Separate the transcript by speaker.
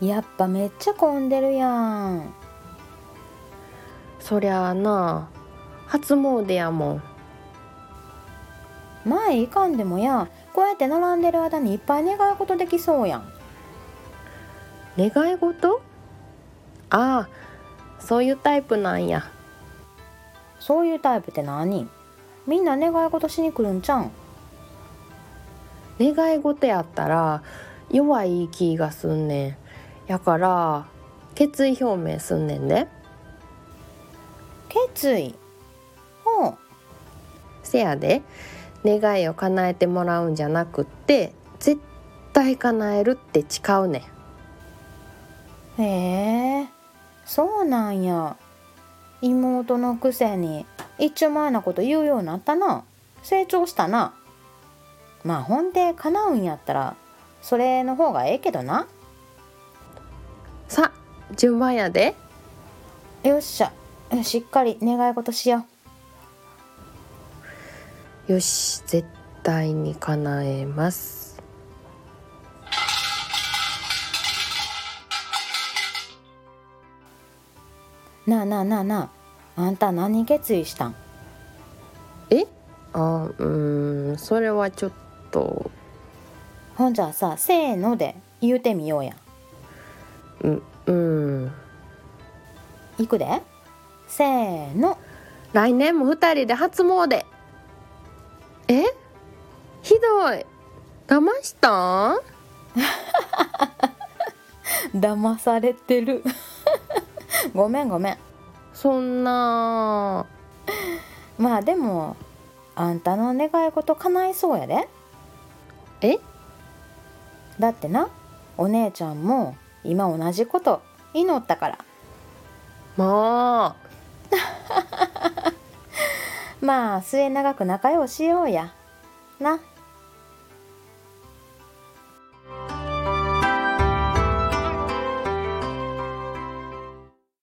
Speaker 1: やっぱめっちゃ混んでるやん
Speaker 2: そりゃあな初詣やもん
Speaker 1: 前行かんでもやこうやって並んでる間にいっぱい願い事できそうやん
Speaker 2: 願い事ああそういうタイプなんや
Speaker 1: そういうタイプって何みんな願い事しに来るんちゃうん
Speaker 2: 願い事やったら弱い気がすんねんやから決意表明すんねんで
Speaker 1: 決意ほう
Speaker 2: せやで願いを叶えてもらうんじゃなくって絶対叶えるって誓うねん
Speaker 1: へえそうなんや妹のくせに一丁前なこと言うようになったな成長したなまあほんで叶うんやったらそれの方がええけどな
Speaker 2: さ順番やで
Speaker 1: よっしゃしっかり願い事しよ
Speaker 2: よし絶対に叶えます
Speaker 1: うなあなあなあなああんた何決意したん
Speaker 2: えあうーんそれはちょっと
Speaker 1: ほんじゃあさせーので言うてみようや
Speaker 2: ううん
Speaker 1: いくでせーの
Speaker 2: 来年も二人で初詣えひどい騙したん
Speaker 1: 騙されてる ごめんごめん
Speaker 2: そんな
Speaker 1: まあでもあんたの願い事叶いそうやで
Speaker 2: え
Speaker 1: だってなお姉ちゃんも今同じこと祈ったから
Speaker 2: も
Speaker 1: まあ末永く仲良しようやな